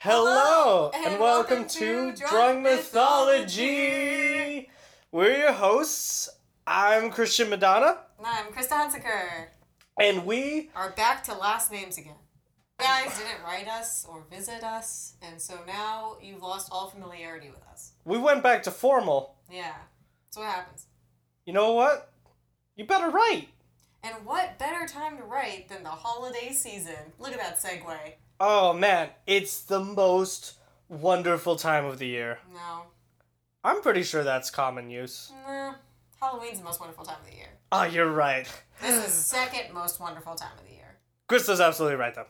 Hello, Hello, and, and welcome, welcome to to Drunk, Drunk Mythology. We're your hosts. I'm Christian Madonna, And I'm Krista Hunsaker. and we Are back to last names again. You guys didn't write us or visit us, and so now you've lost all familiarity with us. we went back to formal. Yeah, that's what happens. You know what? You better write. And what better time to write than the holiday season? Look at that segue. Oh man, it's the most wonderful time of the year. No, I'm pretty sure that's common use. nah. Halloween's the most wonderful time of the year. Ah, you're right. This is the second most wonderful time of the year. Krista's absolutely right though.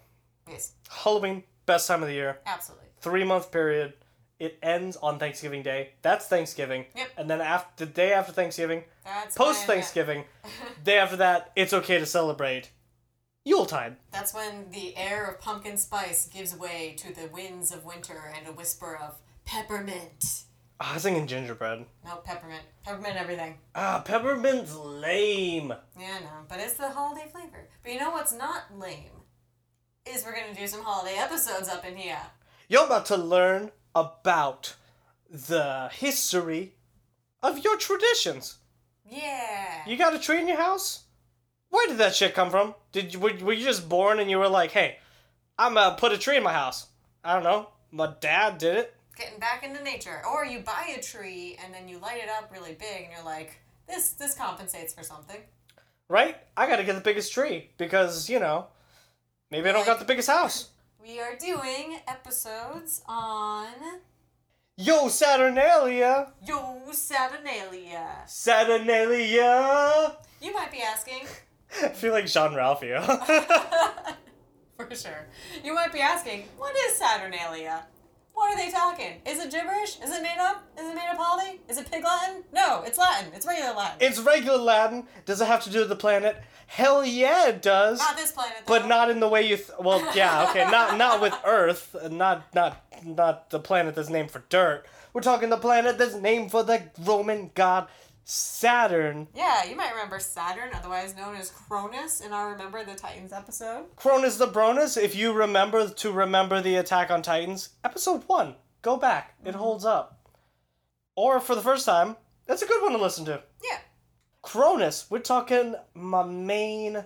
Yes, Halloween, best time of the year. absolutely. Three month period. It ends on Thanksgiving Day. That's Thanksgiving. Yep. And then after the day after Thanksgiving, That's post when- Thanksgiving, day after that, it's okay to celebrate Yuletide. That's when the air of pumpkin spice gives way to the winds of winter and a whisper of peppermint. Ah, I was thinking gingerbread. No, peppermint. Peppermint everything. Ah, peppermint's lame. Yeah, no. But it's the holiday flavor. But you know what's not lame? Is we're gonna do some holiday episodes up in here. You're about to learn about the history of your traditions. Yeah. You got a tree in your house? Where did that shit come from? Did you, were, were you just born and you were like, hey, I'm gonna put a tree in my house? I don't know. My dad did it. Getting back into nature. Or you buy a tree and then you light it up really big and you're like, this this compensates for something. Right? I gotta get the biggest tree because, you know, maybe I don't got the biggest house. We are doing episodes on Yo, Saturnalia! Yo Saturnalia. Saturnalia! You might be asking, I feel like Jean Ralphio. For sure. You might be asking, what is Saturnalia? What are they talking? Is it gibberish? Is it made up? Is it made up holiday? Is it pig Latin? No, it's Latin. It's regular Latin. it's regular Latin. Does it have to do with the planet? Hell yeah, it does. not this planet. Though. but not in the way you. Th- well, yeah, okay. Not not with Earth. Not not not the planet that's named for dirt. We're talking the planet that's named for the Roman god Saturn. Yeah, you might remember Saturn, otherwise known as Cronus, in our Remember the Titans episode. Cronus the Bronus. If you remember to remember the Attack on Titans episode one, go back. It holds up. Or for the first time, that's a good one to listen to. Yeah. Cronus, we're talking my main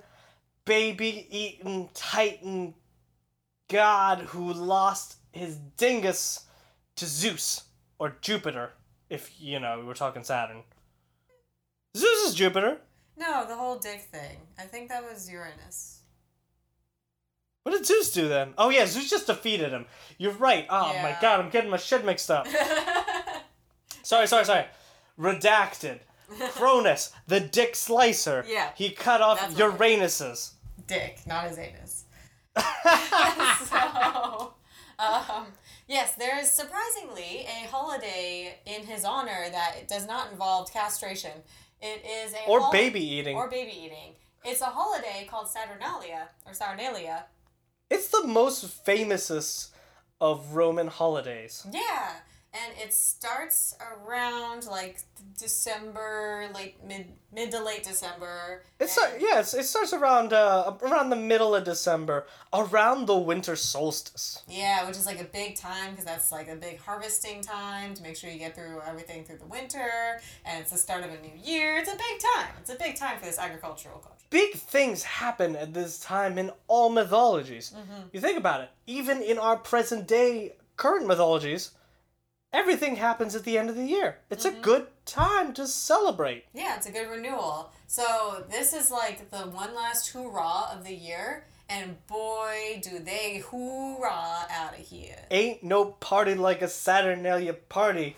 baby eating titan god who lost his dingus to Zeus or Jupiter, if you know, we're talking Saturn. Zeus is Jupiter. No, the whole dick thing. I think that was Uranus. What did Zeus do then? Oh yeah, Zeus just defeated him. You're right. Oh my Yeah. god, I'm getting my shit mixed up. sorry, sorry, sorry. Redacted. Cronus, the dick slicer. Yeah. He cut off That's what- Uranus's. dick, not his anus. so, um, yes, there is surprisingly a holiday in his honor that does not involve castration. It is a or hol- baby eating. or baby eating. It's a holiday called Saturnalia or Saturnalia. It's the most famousest of Roman holidays. Yeah, and it starts around like December, like mid mid to late December. It's and- uh, yeah, it's, it starts around uh, around the middle of December, around the winter solstice. Yeah, which is like a big time because that's like a big harvesting time to make sure you get through everything through the winter, and it's the start of a new year. It's a big time. It's a big time for this agricultural culture. Big things happen at this time in all mythologies. You think about it, even in our present day current mythologies, everything happens at the end of the year. It's a good time to celebrate. Yeah, it's a good renewal. So this is like the one last hoorah of the year, and boy, do they hoorah out of here! Ain't no party like a Saturnalia party.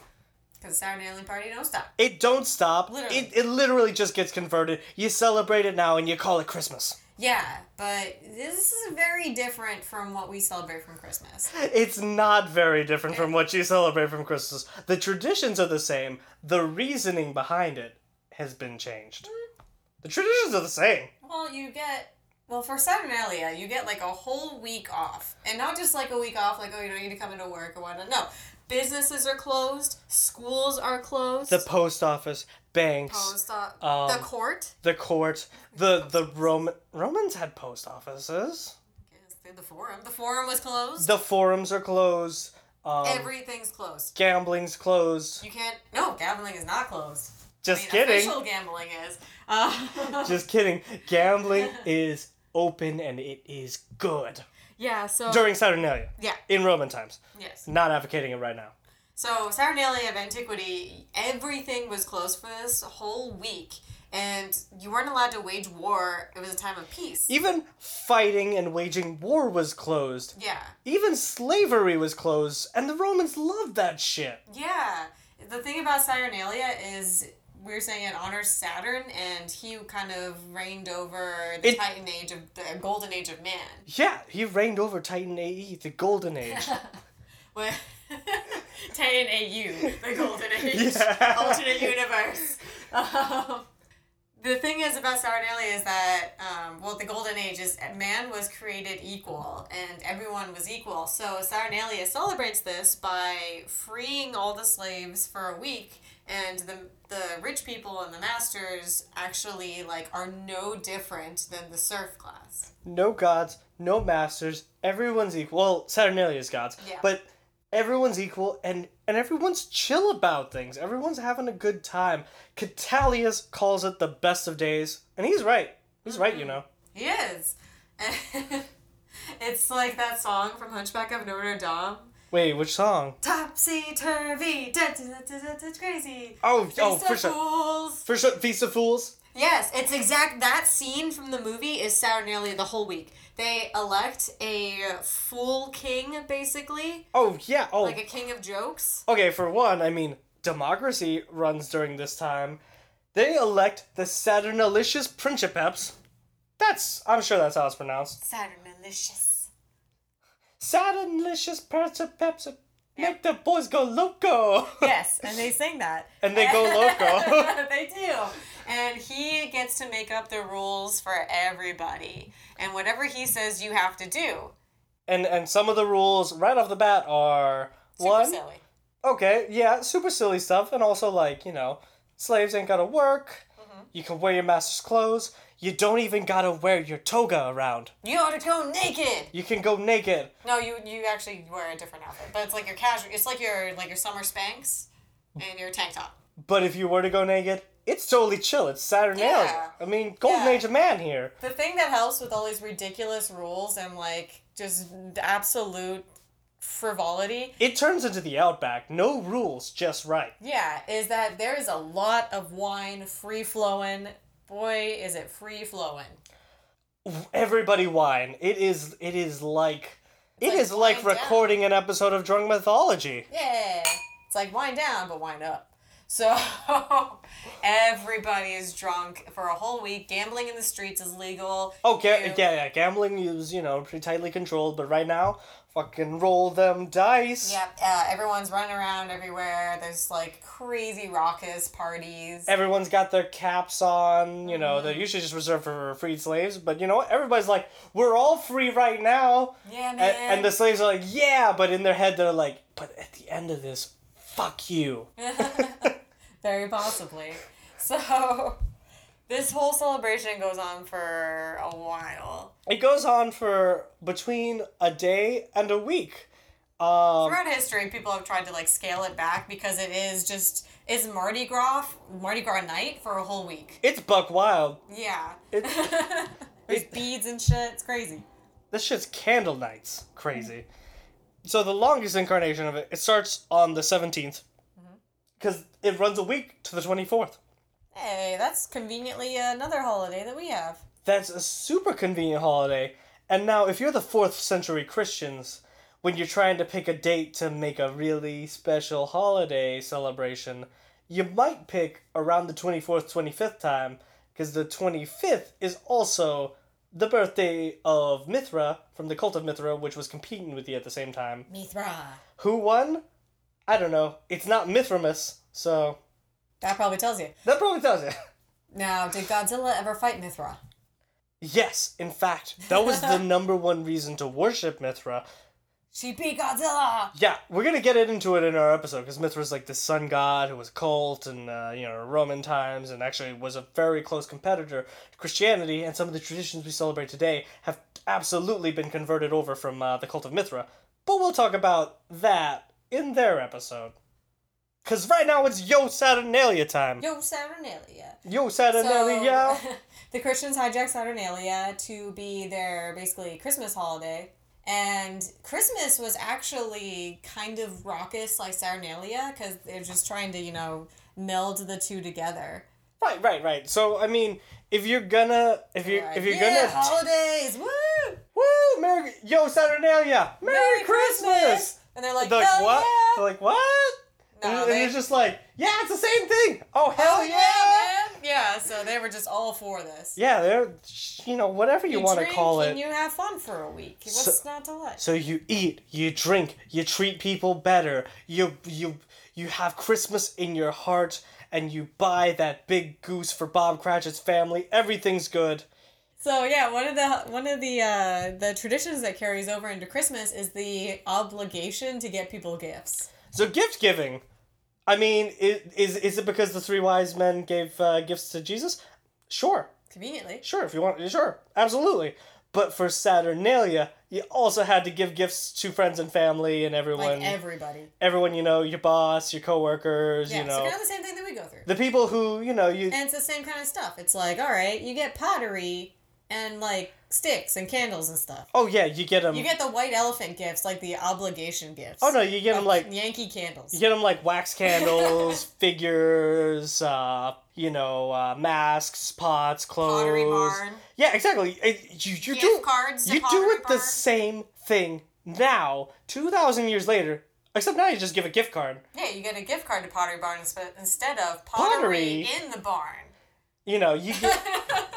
Because Saturnalia party don't stop. It don't stop. Literally. It, it literally just gets converted. You celebrate it now and you call it Christmas. Yeah, but this is very different from what we celebrate from Christmas. It's not very different from what you celebrate from Christmas. The traditions are the same. The reasoning behind it has been changed. Mm-hmm. The traditions are the same. Well, you get well for Saturnalia, you get like a whole week off, and not just like a week off, like oh you don't need to come into work or whatnot. No, businesses are closed, schools are closed, The post office, banks, post o- um, the court. the court, the the Roman Romans had post offices. Yes, the forum. The forum was closed. The forums are closed. Um, Everything's closed. gambling's closed. You can't. No, gambling is not closed. Just I mean, kidding. Official gambling is. Uh, Just kidding. Gambling is open and it is good yeah. So. during Saturnalia Oh. yeah. in Roman times. Yes. Not advocating it right now. So Saturnalia of Antiquity, everything was closed for this whole week, and you weren't allowed to wage war. It was a time of peace. Even fighting and waging war was closed. Yeah. Even slavery was closed, and the Romans loved that shit. Yeah. The thing about Saturnalia is we are saying it honors Saturn, and he kind of reigned over the It- Titan age of the golden age of man. Yeah, he reigned over Titan AE, the Golden Age. What? Titan AU, the golden age, Yeah. alternate universe. Um, the thing is about Saturnalia is that, um, well, the golden age is man was created equal and everyone was equal. So Saturnalia celebrates this by freeing all the slaves for a week. And the, the rich people and the masters actually like are no different than the serf class. no gods, no masters, everyone's equal. Well, Saturnalia's gods, Yeah. but everyone's equal and and everyone's chill about things. Everyone's having a good time. Catalius calls it the best of days, and he's right. He's right, Mm-hmm. you know. He is. it's like that song from Hunchback of Notre Dame. Wait, which song? Topsy turvy, da da da da da da crazy. Oh, oh, Feast of for sure. fools. For sure, Feast of Fools. Yes, it's exact. That scene from the movie is Saturnalia the whole week. They elect a fool king, basically, Oh yeah. Oh, like a king of jokes. okay. For one, I mean, democracy runs during this time. They elect the Saturnalicious Principeps. That's I'm sure that's how it's pronounced. Saturnalicious. Saturnalicious Principeps make the boys go loco. Yes, and they sing that. and they go loco. they do. And he gets to make up the rules for everybody. And whatever he says, you have to do. and and some of the rules right off the bat are Super one silly. okay yeah super silly stuff and also like you know slaves ain't gotta work Mm-hmm. you can wear your master's clothes you don't even gotta wear your toga around You ought to go naked. you can go naked No, you you actually wear a different outfit, but it's like your casual. It's like your like your summer Spanx and your tank top. but if you were to go naked it's totally chill it's saturnalia Yeah. i mean golden Yeah. age of man here The thing that helps with all these ridiculous rules and like just absolute frivolity, it turns into the outback no rules just right yeah, is that there is a lot of wine free flowing. Boy, is it free flowing. everybody wine. It is it is like it like is like wine down. recording an episode of Drunk Mythology. Yeah. It's like wind down, but wind up. So everybody is drunk for a whole week. Gambling in the streets is legal. Oh, ga- You- yeah, yeah, gambling is you know pretty tightly controlled, but right now, fucking roll them dice. Yep, uh, everyone's running around everywhere. There's like crazy raucous parties. Everyone's got their caps on. You Mm-hmm. know they're usually just reserved for freed slaves, but you know what? Everybody's like, we're all free right now, yeah, man. A- and, the slaves are like, yeah, but in their head they're like, but at the end of this, fuck you. Very possibly. So, this whole celebration goes on for a while. It goes on for between a day and a week. Um, Throughout history, people have tried to like scale it back because it is just is Mardi Gras Mardi Gras night for a whole week. It's buck wild. Yeah. It- There's it- beads and shit. It's crazy. This shit's candle nights. Crazy. So the longest incarnation of it, it starts on the 17th. Because it runs a week to the 24th. Hey, that's conveniently another holiday that we have. That's a super convenient holiday. And now, if you're the 4th century Christians, when you're trying to pick a date to make a really special holiday celebration, you might pick around the 24th, 25th time, because the 25th is also the birthday of Mithra from the cult of Mithra, which was competing with you at the same time. Mithra. Who won? I don't know. It's not Mithramus, so That probably tells you. that probably tells it. Now, did Godzilla ever fight Mithra? Yes, in fact, that was the number one reason to worship Mithra. She beat Godzilla. Yeah, we're gonna get it into it in our episode because Mithra's like the sun god who was cult and uh, you know Roman times and actually was a very close competitor to Christianity and some of the traditions we celebrate today have absolutely been converted over from uh, the cult of Mithra. But we'll talk about that in their episode. Cause right now it's Yo Saturnalia time. Yo, Saturnalia. Yo Saturnalia. So, the Christians hijack Saturnalia to be their basically Christmas holiday. And Christmas was actually kind of raucous like Saturnalia because they're just trying to, you know, meld the two together. right, right, right. So I mean, if you're gonna, if you, Like, if you're yeah, gonna, holidays, woo! woo, Merry, Yo Saturnalia, Merry, Christmas. And they're like, They're like, "Hell what? yeah!" They're like, what? No, and, and they- it's just like, yeah, it's the same thing. Oh, hell Hell yeah. yeah, man! Yeah, so they were just all for this. Yeah, they're, you know, whatever you, want to drink call it. And you have fun for a week. What's not to like? So you eat, you drink, you treat people better, you, you, you have Christmas in your heart, and you buy that big goose for Bob Cratchit's family. Everything's good. So yeah, one of the one of the uh, the traditions that carries over into Christmas is the obligation to get people gifts. So gift giving. I mean, is, is, is it because the three wise men gave uh, gifts to Jesus? Sure. Conveniently, Sure, if you want, sure, absolutely. But for Saturnalia, you also had to give gifts to friends and family and everyone, like everybody. everyone you know, your boss, your coworkers, Yeah, you so know, kind of the same thing that we go through. the people who you know you. and it's the same kind of stuff. It's like, all right, you get pottery and like sticks and candles and stuff. oh yeah, you get them. You get the white elephant gifts, like the obligation gifts. oh no, you get um, them like Yankee candles. you get them like wax candles, figures, uh, you know, uh, masks, pots, clothes. Pottery barn. Yeah, exactly. It- you you Gift do cards to You do Pottery it the Barn. same thing now, two thousand years later. Except now you just give a gift card. Yeah, you get a gift card to Pottery Barn insp- instead of pottery, Pottery? in the barn. You know, you get,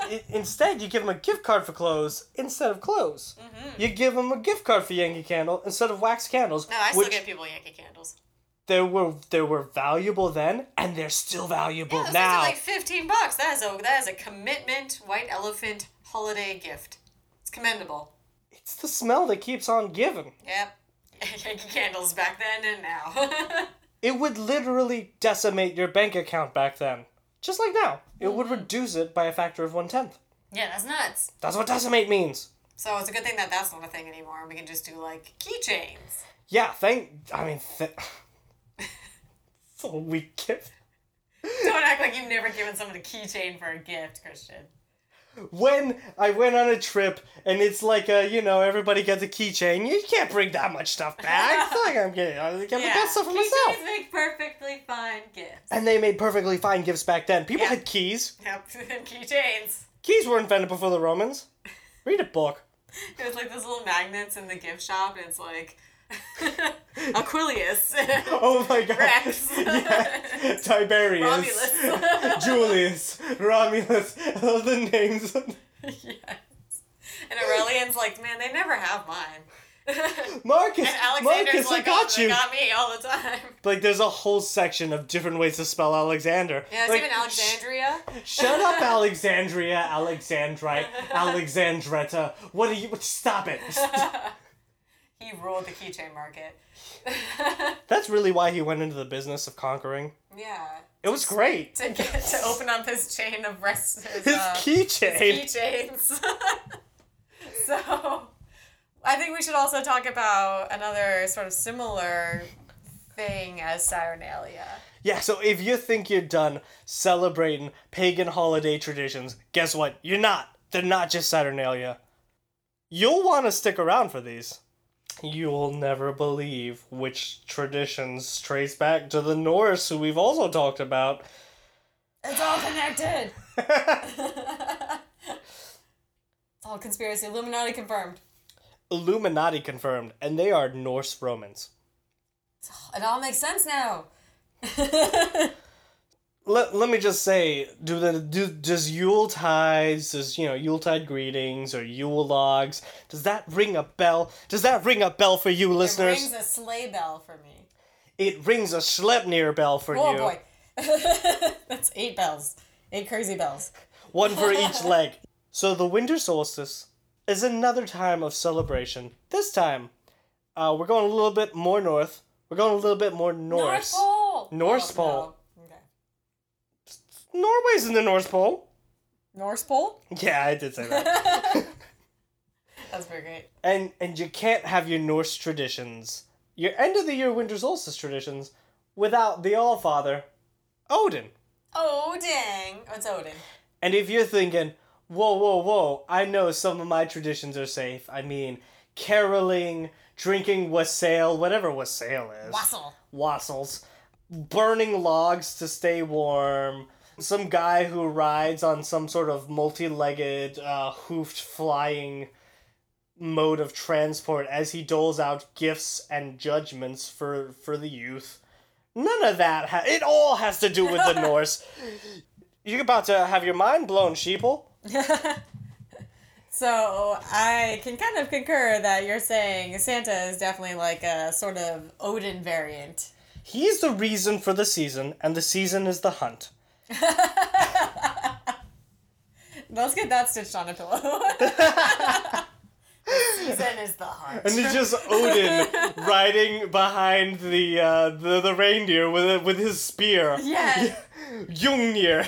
i- instead you give them a gift card for clothes instead of clothes. You give them a gift card for Yankee Candle instead of wax candles, which people Yankee candles. they were they were valuable then and they're still valuable Those things are now. like fifteen bucks. That is a that is a commitment white elephant holiday gift. It's commendable. It's the smell that keeps on giving. Yep. Yankee candles back then and now. It would literally decimate your bank account back then, just like now. It would reduce it by a factor of one tenth. yeah, that's nuts. That's what decimate means. So it's a good thing that that's not a thing anymore. We can just do like keychains. Yeah, thank. I mean, th- it's a weak gift. Don't act like you've never given someone a keychain for a gift, Christian. when I went on a trip and it's like a you know everybody gets a keychain. You can't bring that much stuff back. it's like I'm getting I get the best stuff for myself. Keychains make perfectly fine gifts. And they made perfectly fine gifts back then. People Yeah. had keys. Yep, keychains. Keys were invented before the Romans. Read a book. There's like those little magnets in the gift shop, and it's like Aquilius, Oh my god. Rex, Yes. Tiberius. Romulus. Julius. Romulus. All the names. yes. And Aurelian's like, man, they never have mine. and Marcus. Alexander's Marcus, like, I got oh, you. they got me all the time. Like there's a whole section of different ways to spell Alexander. Yeah, it's like, even Alexandria. Shut up, Alexandria, Alexandrite, Alexandretta. What are you? Stop it. he ruled the keychain market. That's really why he went into the business of conquering. yeah. It was great. To get to open up his chain of rest. His uh, keychain. keychains. so, I think we should also talk about another sort of similar thing as Saturnalia. Yeah, so if you think you're done celebrating pagan holiday traditions, guess what? You're not. They're not just Saturnalia. You'll want to stick around for these. You'll never believe which traditions trace back to the Norse, who we've also talked about. It's all connected. it's all conspiracy. Illuminati confirmed. Illuminati confirmed, and they are Norse Romans. It all makes sense now. Let, let me just say, do the do does Yule tides, does you know Yuletide greetings or Yule logs, does that ring a bell? Does that ring a bell for you, It rings listeners? a sleigh bell for me. It rings a Schlepnir bell for Oh you. boy. That's eight bells. Eight crazy bells. One for each leg. So the winter solstice is another time of celebration. This time, Uh, we're going a little bit more north. We're going a little bit more north. North Pole. Norse Oh, no. Pole. Okay. Norway's in the North Pole. Norse Pole. Yeah, I did say that. That's pretty great. and and you can't have your Norse traditions, your end of the year winter solstice traditions, without the All Father, Odin. Oh dang! It's Odin. And if you're thinking, whoa, whoa, whoa, I know some of my traditions are safe. I mean, caroling, drinking wassail, whatever wassail is. Wassel. Wassels. Burning logs to stay warm. Some guy who rides on some sort of multi legged, uh, hoofed flying mode of transport as he doles out gifts and judgments for, for the youth. None of that. Ha- it all has to do with the Norse. You're about to have your mind blown, sheeple. So I can kind of concur that you're saying Santa is definitely like a sort of Odin variant. He's the reason for the season, and the season is the hunt. Let's get that stitched on a pillow. Season is the heart. And it's just Odin riding behind the uh, the, the reindeer with with his spear, Yes. Jungnir.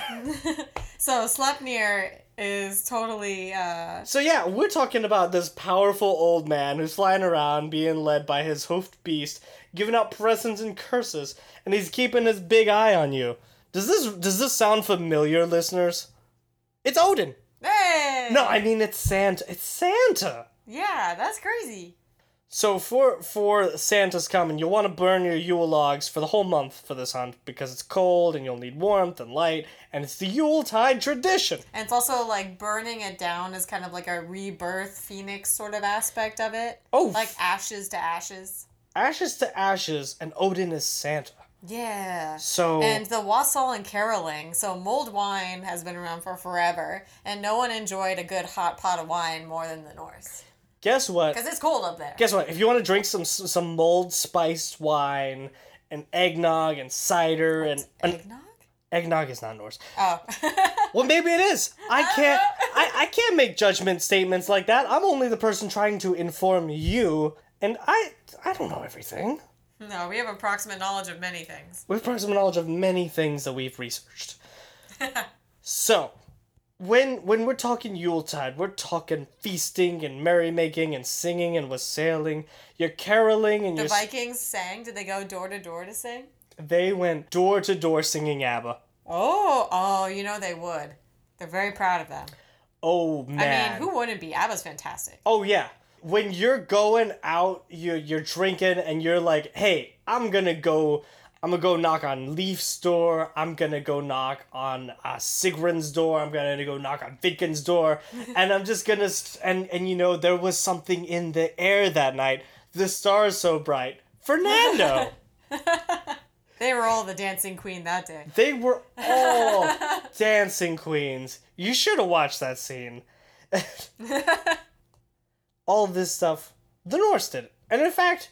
So Sleipnir is totally uh, So yeah, we're talking about this powerful old man who's flying around, being led by his hoofed beast, giving out presents and curses, and he's keeping his big eye on you. Does this does this sound familiar, listeners? It's Odin. hey. No, I mean it's Santa. It's Santa. Yeah, that's crazy. So for for Santa's coming, you'll want to burn your Yule logs for the whole month for this hunt because it's cold and you'll need warmth and light, and it's the Yule tide tradition. And it's also like burning it down is kind of like a rebirth phoenix sort of aspect of it. Oh, Like ashes to ashes. ashes to ashes, and Odin is Santa. Yeah. So And the wassail and caroling. So mulled wine has been around for forever, and no one enjoyed a good hot pot of wine more than the Norse guess what? because it's cold up there. Guess what? If you want to drink some some mulled spiced wine and eggnog and cider and, and Eggnog? eggnog is not Norse. Oh. Well, maybe it is. I can't. I, I can't make judgment statements like that. I'm only the person trying to inform you, and I I don't know everything. no, we have approximate knowledge of many things. We've proximate knowledge of many things that we've researched. so, when when we're talking Yuletide, we're talking feasting and merrymaking and singing and wassailing. You're caroling and The you're. s- Vikings sang. Did they go door to door to sing? they went door to door singing ABBA. Oh, oh, you know they would. They're very proud of them. Oh man. I mean, who wouldn't be? ABBA's fantastic. Oh yeah. When you're going out, you're you're drinking and you're like, hey, I'm gonna go I'm gonna go knock on Leaf's door, I'm gonna go knock on uh, Sigrun's door, I'm gonna go knock on Vidkin's door, and I'm just gonna st- and and you know, there was something in the air that night. The stars so bright. Fernando! They were all the dancing queen that day. They were all dancing queens. You should have watched that scene. all this stuff, the Norse did. it. And in fact,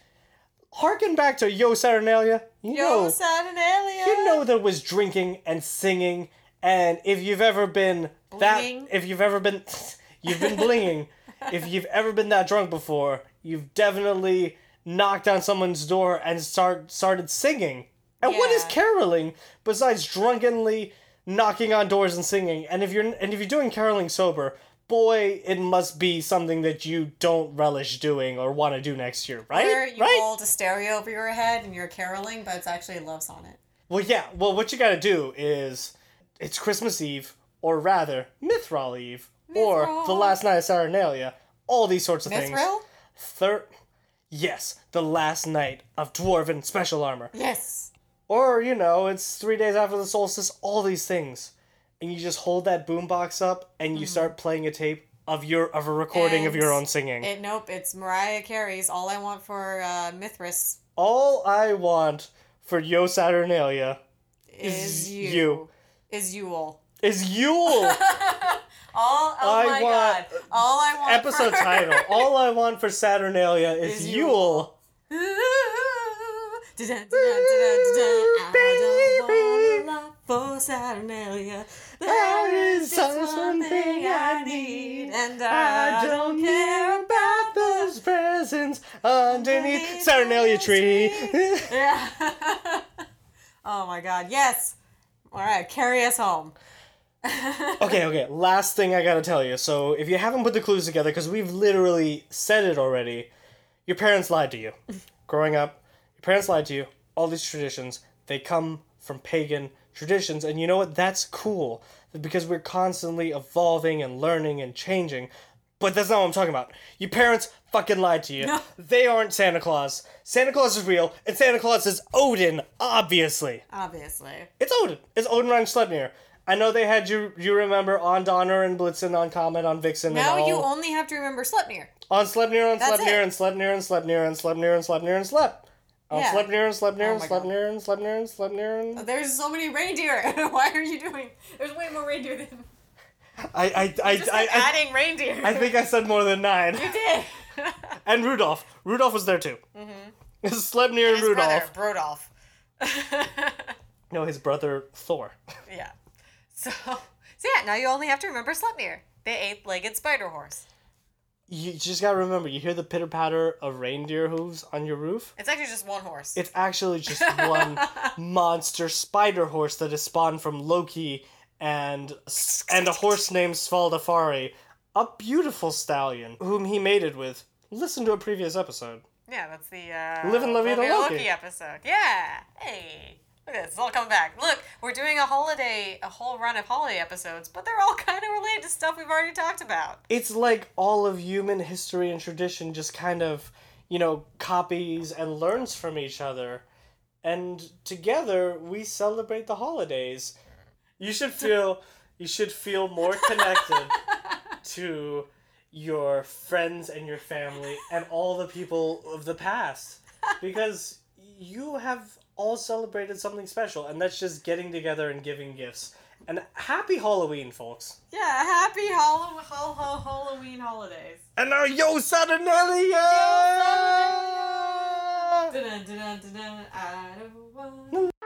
harken back to Yo Saturnalia. You Yo, know, Saturnalia. you know there was drinking and singing, and if you've ever been Blinging. that, if you've ever been, you've been blinging. If you've ever been that drunk before, you've definitely knocked on someone's door and start started singing. And what is Yeah. caroling besides drunkenly knocking on doors and singing? And if you're and if you're doing caroling sober, boy, it must be something that you don't relish doing or want to do next year, right? Where you right? hold a stereo over your head and you're caroling, but it's actually a love sonnet. Well, yeah. Well, what you gotta do is, it's Christmas Eve, or rather, Mithril Eve, or Mithril. the last night of Saturnalia. All these sorts of things. Mithril? Third, yes, the last night of dwarven special armor, Yes. or you know, it's three days after the solstice. All these things, and you just hold that boombox up and you start playing a tape of your of a recording of Hmm. And your own singing. It, nope, it's Mariah Carey's All I Want for uh, Mithras all I want for Yo Saturnalia is, Is you. you. Is Yule. is Yule. All, oh I my want- god. All I want episode for... title. All I want for Saturnalia is, Is Yule. Yule. Dun-dun-dun-dun-dun-dun. I don't want a lot for Saturnalia. There is just one thing I need, and I don't care. about those presents. underneath Saturnalia tree. Yeah. oh my God. Yes. All right. Carry us home. okay, okay. Last thing I gotta tell you. So if you haven't put the clues together, because we've literally said it already, your parents lied to you. Growing up, your parents lied to you. All these traditions, they come from pagan traditions, and you know what? That's cool because we're constantly evolving and learning and changing. But that's not what I'm talking about. Your parents fucking lied to you. No. They aren't Santa Claus. Santa Claus is real, and Santa Claus is Odin, obviously. Obviously. It's Odin. It's Odin Ryan Sleipnir. I know they had you. You remember on Donner and Blitzen, on Comet, on Vixen, Now and all you only have to remember Sleipnir. on Sleipnir, on That's Sleipnir, it. and Sleipnir, and Sleipnir, and Sleipnir, and Sleipnir, and Slep. On Yeah. Sleipnir, and Sleipnir, Oh and my God. Sleipnir, and Sleipnir, and Sleipnir, and There's so many reindeer. Why are you doing? There's way more reindeer than I, I, I, just I, like I, adding reindeer. I think I said more than nine. you did. And Rudolph. Rudolph was there too. Mm-hmm. Sleipnir and His brother, Rudolph. Brodolph. No, his brother Thor. yeah. So, so yeah. Now you only have to remember Sleipnir, the eight-legged spider horse. You just gotta remember. You hear the pitter patter of reindeer hooves on your roof. It's actually just one horse. It's actually just one monster spider horse that is spawned from Loki and and a horse named Svaldafari, a beautiful stallion whom he mated with. Listen to a previous episode. Yeah, that's the uh, Live and La Vida Loki Loki. episode. Yeah. Hey, look at this. It's all coming back. Look, we're doing a holiday, a whole run of holiday episodes, but they're all kind of related to stuff we've already talked about. It's like all of human history and tradition just kind of, you know, copies and learns from each other. And together we celebrate the holidays. You should feel you should feel more connected to your friends and your family and all the people of the past because you have all celebrated something special and that's just getting together and giving gifts and happy halloween folks Yeah, happy Halloween, ho, ho, Halloween holidays. and now yo saturnalia Dun, dun, dun, dun, dun, I don't want-